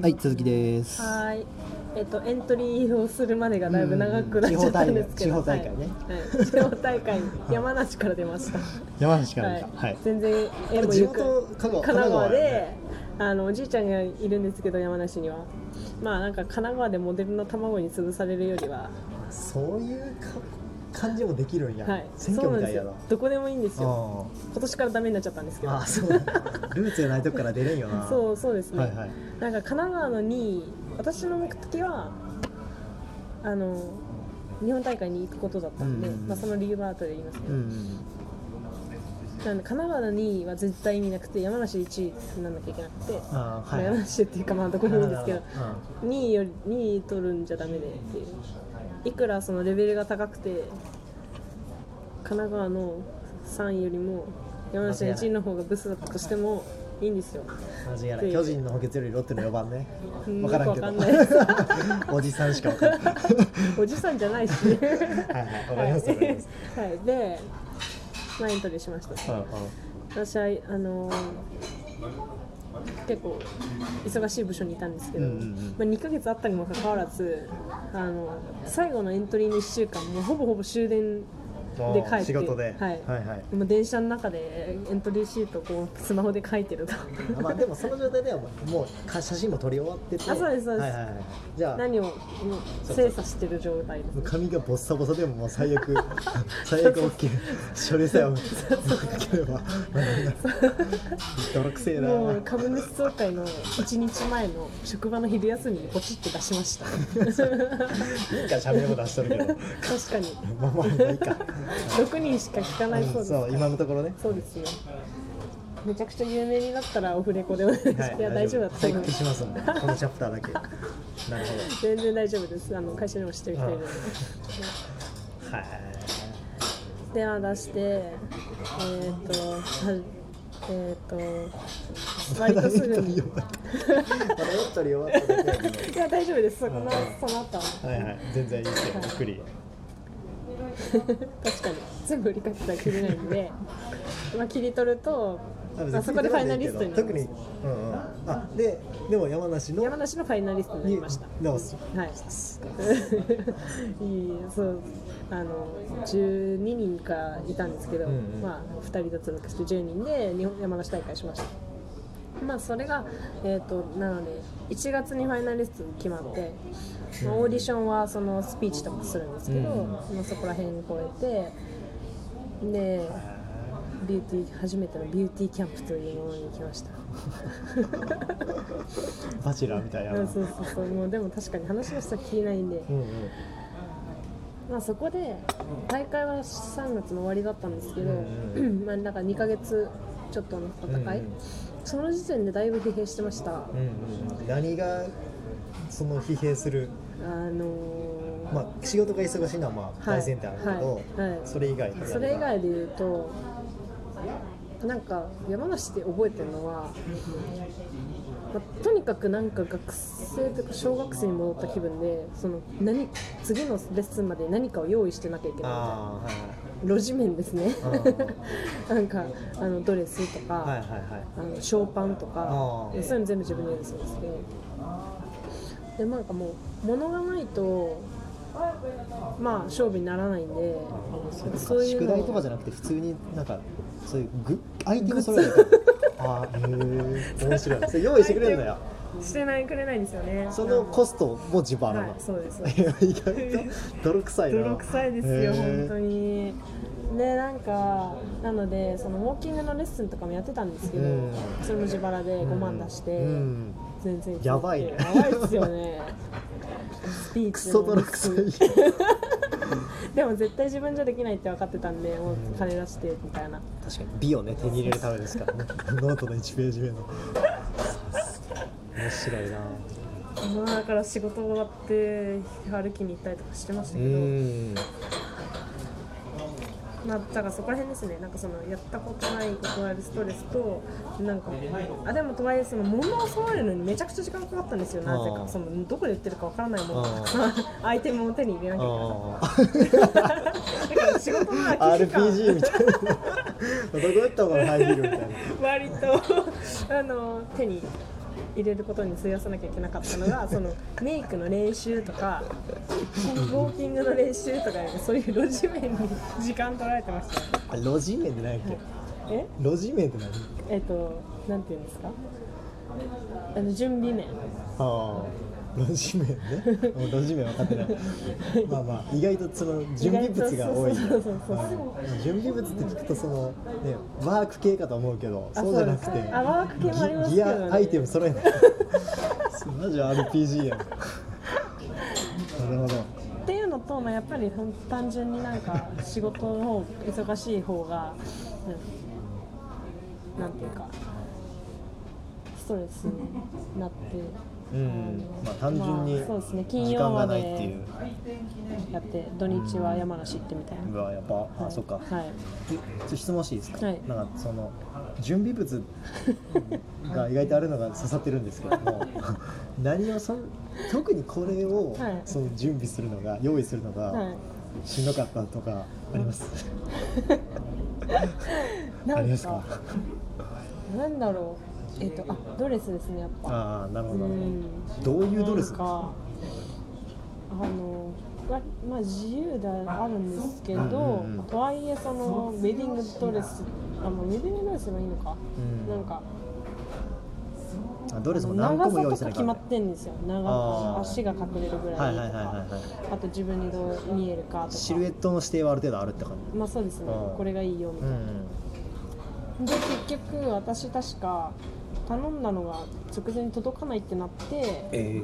はい、続きです。はい。えっとエントリーをするまでがだいぶ長くなっ地ちゃ方った大んで会すけ地ど。方大会ね。はい。はい地方大会山梨から出ました。山梨からはでいした。はい。全然縁も地ゆく元香川神奈川神だよでね。あのおじいちゃんがいるんですけど山梨にはまあなんか神奈川でモデルの卵に潰されるよりはそういうか感じもできるんや。はい選そう挙なみんでたいすやよな。どこでもいいんですよあ今年からダメになっちゃったんですけあどあそうだ ルーツじゃないとこから出れんよなそうそうですね、はいはいなんか神奈川の2位私の目的はあの日本大会に行くことだったんで、うんうんうんまあ、その理由は後で言いますけうど、んなんで神奈川の2位は絶対意味なくて山梨1位になんなきゃいけなくて、ああはいまあ山梨っていうかまあどこでもいいんですけどう2位より2位取るんじゃダメでっていういくらそのレベルが高くて神奈川の3位よりも山梨の1位の方がブスだったとしてもいいんですよん間違いない巨人の補欠よりロッテの4番ねうん分からんけよくわど おじさんしか分からんはおじさんじゃないしいはい分かりますわかりますはい、はいで、まあ、エントリーしましたうんうん私はあのー結構忙しい部署にいたんですけど、うんうんうんまあ、2ヶ月あったにもかかわらずあの最後のエントリーの1週間もうほぼほぼ終電で帰っああて仕事ではいはいはいもう電車の中でエントリーシートをこうスマホで書い てるとあまあでもその状態ではもうもうか写真も撮り終わっててあそうですそうですはいはいはい、じゃあ何をもう精査してる状態ですもう髪がボッサボサでももう最 悪最悪 OK 処理さえ OK ければ泥臭いなもう株主総会の1日前の職場の昼休みにポチって出しました確いいんか喋りも出しとるけどかにまあまあいいか6人しか聞かないそうです、そう今のところねそうですよめちゃくちゃ有名になったらオフレコでお願いします、い、や大丈夫だと再思いま復すしますんでこのチャプターだけなるほ全然大丈夫ですあの会社にも知ってる人いるのでどはいでは出してえーっ、とはえーっ、と割とすぐに いまだエントリー終わっただけやけどや大丈夫ですそこのうんその後ははいはい全然いいですよゆっくり確かにすぐ売りかけたら切れないんでまあ切り取るとあそこでファイナリストになり特まに、しうんうん、あででも山梨たの山梨のファイナリストになりましたに直すはい。 いいそうあの12人かいたんですけど、うんうんまあ2人脱落して10人で日本山梨大会しました。まあそれがえっ、となので1月にファイナリスト決まって、まあ、オーディションはそのスピーチとかするんですけど、うんまあそこら辺超えてでビューティー初めてのビューティーキャンプというものに行きました。バチェラーみたいなうんそうそうそうもうでも確かに話の人は聞いないんで。うんうんまあ、そこで大会は3月の終わりだったんですけど、う まあなんか2ヶ月ちょっとの戦い、うんうんその時点でだいぶ疲弊してました、うんうん、何がその疲弊する、あのーまあ、仕事が忙しいのはまあはい大前提あるけど、はいはいそれ以外のそれ以外で言うとなんか山梨で覚えてるのは、まあとにかくなんか学生というか小学生に戻った気分でその何次のレッスンまで何かを用意してなきゃいけないみたいなあ路地面ですねあー なんかあのドレスとか、あはいはいはいはいはいあのショーパンとかあーそういうの全部自分でやるそうですけどでなんかもう物がないとまあ勝負にならないんでそうかそういう宿の題とかじゃなくて普通になんかそういうグアイテム揃え たりとかあーへえ面白いそれ用意してくれるんだよしてないくれないんですよねそのコストも自腹なの、はいそうです いや意外と泥臭いな泥臭いですよへー本当にでなんかなのでそのウォーキングのレッスンとかもやってたんですけど、うんそれも自腹で5万出して、うん全然やばいねやばいです よねスピーチクソ泥臭いでも絶対自分じゃできないって分かってたんでもう金出してみたいな確かに美をね手に入れるためですからね ノートの1ページ目の面白いなまあだから仕事終わって歩きに行ったりとかしてましうたけどんまあだからそこら辺ですねなんかそのやったことないことあるストレスとなんかあでもとはいえその物を揃えるのにめちゃくちゃ時間かかったんですよなぜあーかそのどこで売ってるか分からないものがたくさん アイテムを手に入れなきゃいけあなか っただから仕事のあ空き時間 RPG みたいな どこやったのかな入るみたいな割とあの手に入れることに費やさなきゃいけなかったのがそのメイクの練習とかウォーキングの練習とかそういう路地面に時間取られてましたよあ路地面って何やっけ、え路地面って何えっ、となんていうんですかあの準備面ああ路地面 ねもう路地面分かってないまあまあ意外とその準備物が多い意外とそうそうそうそうはい準備物って聞くとその、ね、ワーク系かと思うけどあそうじゃなくてそうですあワーク系もありますギけギどねアアイテム揃えないそうマジ RPG やんなるほどっていうのと、まあ、やっぱりほん単純になんか仕事の方忙しい方が、うん、なんていうかストレスになって。うんまあ単純にまあそうですね金時曜間まがでないっていうやって土日は山梨行ってみたいな、うわやっぱ、はあいそっかはいえちょっと質問していいですか、はいなんかその準備物が意外とあるのが刺さってるんですけども 何をそん特にこれを、はいその準備するのが用意するのはがいしんどかったとかあります、あなりんますかかなんだろうえっ、とあドレスですねやっぱああなるうほど、んどういうドレスなんかあのわまあ自由ではあるんですけど、うんうんうんとはいえそのウェディングドレスあもうウェディングドレスがいいのか、うんなんかあドレスも何個長もさ用意としかてな決かまっってんですよ長あくー足が隠れるぐたらはいいとはいはいかはいはいあと自分にどう見えるかとかシルエットの指定はある程度あるって感じまあそうですねうんこれがいいよみたういな、んで結局私確か頼んだのが直前に届かないってなってええ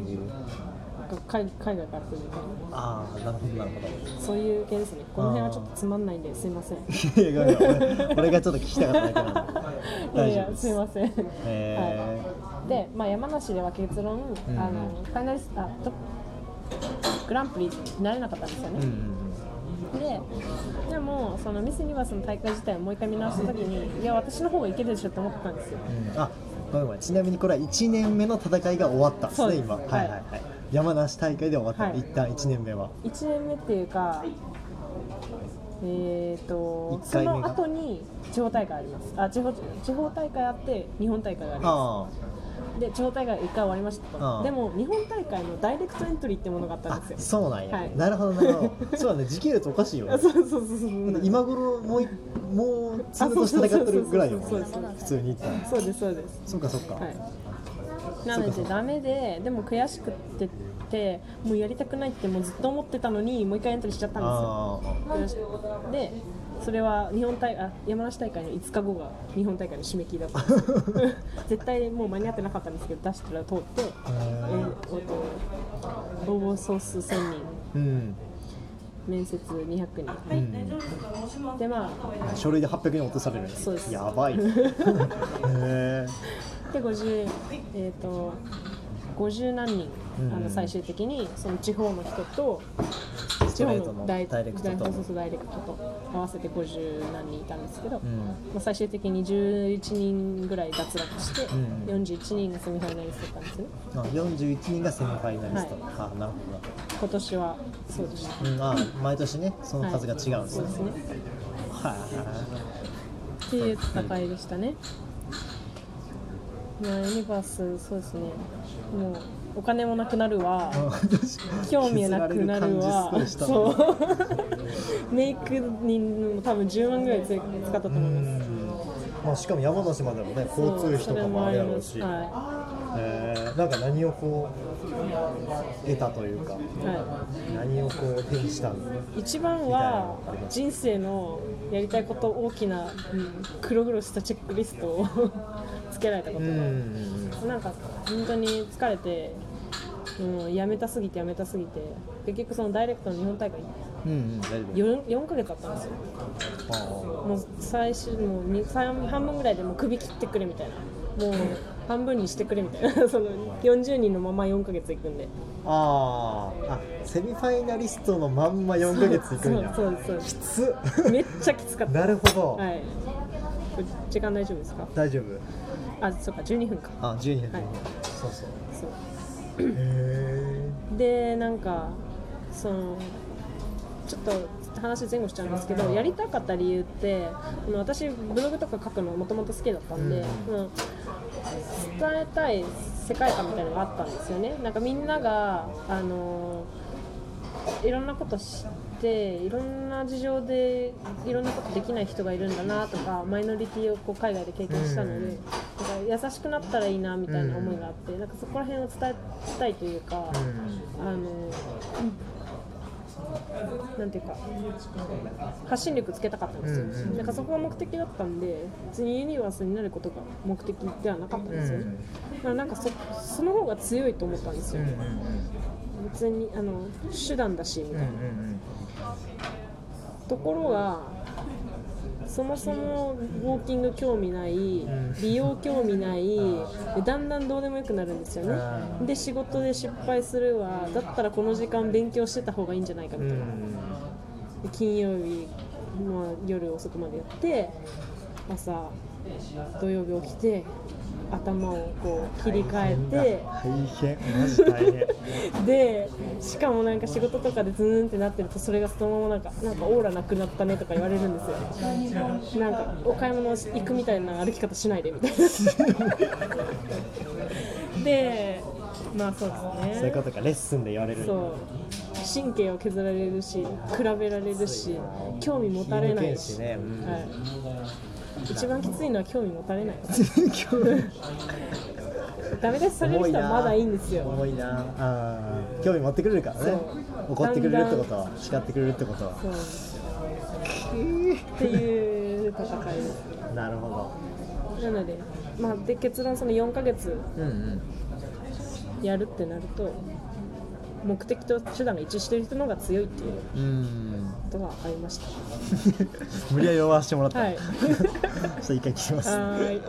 が海海外から来るみたいああなるほどなるほどなそういう系ですねこの辺はちょっとつまんないんですいませ んいやいやいや俺俺がちょっと聞きたかっただけなんでいやい大丈夫やですいませんえーで、まあ、山梨では結論、んあのファイナリストあとグランプリになれなかったんですようんうんね、ででもそのミス・ユニバースの大会自体をもう一回見直した時にいや私の方がいけるでしょって思ったんですようんうんあごめんごめんちなみにこれは1年目の戦いが終わったんですそうねです今ははいいはいはい山梨大会で終わったの、はい一旦1年目は1年目っていうかえー、と一そ回目がの後に地方大会ありますあ地方地方大会あって日本大会がありまあすで地方大会1回終わりましたああとでも日本大会のダイレクトエントリーってものがあっあたんあですよそうなんや、はいなるほどなるほ どそうだね時系列おかしいよあね そうそうそうそうそう今頃もういもうツールとして戦ってるぐらいよそうねそうそうそう普通に言ったらそうですそうですそうかそうか、はいなのでダメででも悔しくってってもうやりたくないってもうずっと思ってたのにもう一回エントリーしちゃったんですよああでそれは日本大あ山梨大会の5日後が日本大会の締め切りだ ったんですよ絶対もう間に合ってなかったんですけど出したら通って、へえーーえっと応募総数1000人うん、面接200人、うん、でまあ書類で800円落とされるそうですやば いへえで50えっ、と50何人、うんあの最終的にその地方の人とス地ト方レートののダダイイレクトダイとそうそうダイレクトと合わせて50何人いたんですけど、うんまあ、最終的に11人ぐらい脱落して、ん41人がセミファイナリストだったんですねあ41人がセミファイナリスト、はあなるほどな今年はそうでした、うん、あ毎年ねその数が違うんですそようですねね。はっていう戦いでしたね、まあ、ユニバースそうですねもうお金もなくなるわい。うん興味なくなるわ削られ感じすごいしたそなうメイクにも多分10万ぐらいつ使ったと思いますまあしかも山梨までのね交通費とかもあれやろうし、そうそれもありますはえーなんか何をこう得たというかい、はい何をこう手にしたの一番は人生のやりたいこと大きなうん黒々したチェックリストをつけられたこうんうんとなんか本当に疲れて、うん、やめたすぎてやめたすぎて結局そのダイレクトの日本大会うんうん大丈夫 4, 4ヶ月あったんですよあもう最終もうに三半分ぐらいでもう首切ってくれみたいなもう半分にしてくれみたいなその40人のまま4ヶ月いくんでーあーあセミファイナリストのまんま4ヶ月いくんやそうそうきそつ うめっちゃきつかったなるほど、はい時間大丈夫ですか大丈夫あそうか12分かあ12分12分、はいそうそうそうへえでなんかそのちょっと話前後しちゃうんですけどやりたかった理由ってあの私ブログとか書くのもともと好きだったんで、ううん伝えたい世界観みたいなのがあったんですよねなんかみんながあのいろんなこと知っていろんな事情でいろんなことできない人がいるんだなとかマイノリティをこを海外で経験したので、うんなんか優しくなったらいいなみたいな思いがあって、なんかそこら辺を伝えたいというか、あのなんていうか発信力つけたかったんですよ、うんうんなんかそこが目的だったんで別にユニバースになることが目的ではなかったんですよね、だからなんかそその方が強いと思ったんですよ、別にあの手段だしみたいな、ところがそもそもウォーキング興味ないん美容興味ないでだんだんどうでもよくなるんですよあーねで仕事で失敗するわだったらこの時間勉強してた方がいいんじゃないかみたいな、で金曜日の夜遅くまでやって朝土曜日起きて頭をこう切り替え大変マジ大変てでしかもなんか仕事とかでズーンってなってるとそれがそのままなんかなんかオーラなくなったねとか言われるんですよなんかお買い物行くみたいな歩き方しないでみたい なでまあそうですねそういうことかレッスンで言われるそう神経を削られるし比べられるし興味持たれないし、気に入ってんしねはい、一番きついのは興味持たれないダメ出しされる重い人なはまだいいんですよ重いなあー興味持ってくれるからねそう怒ってくれるってことは叱ってくれるってことはそうっていう戦いですなるほどなので,、まあ、で結論その4ヶ月うんうんやるってなると目的と手段が一致してる人の方が強いっていううーんことが分かりました 無理やり弱らせてもらった、はいちょっと一回聞きますはーい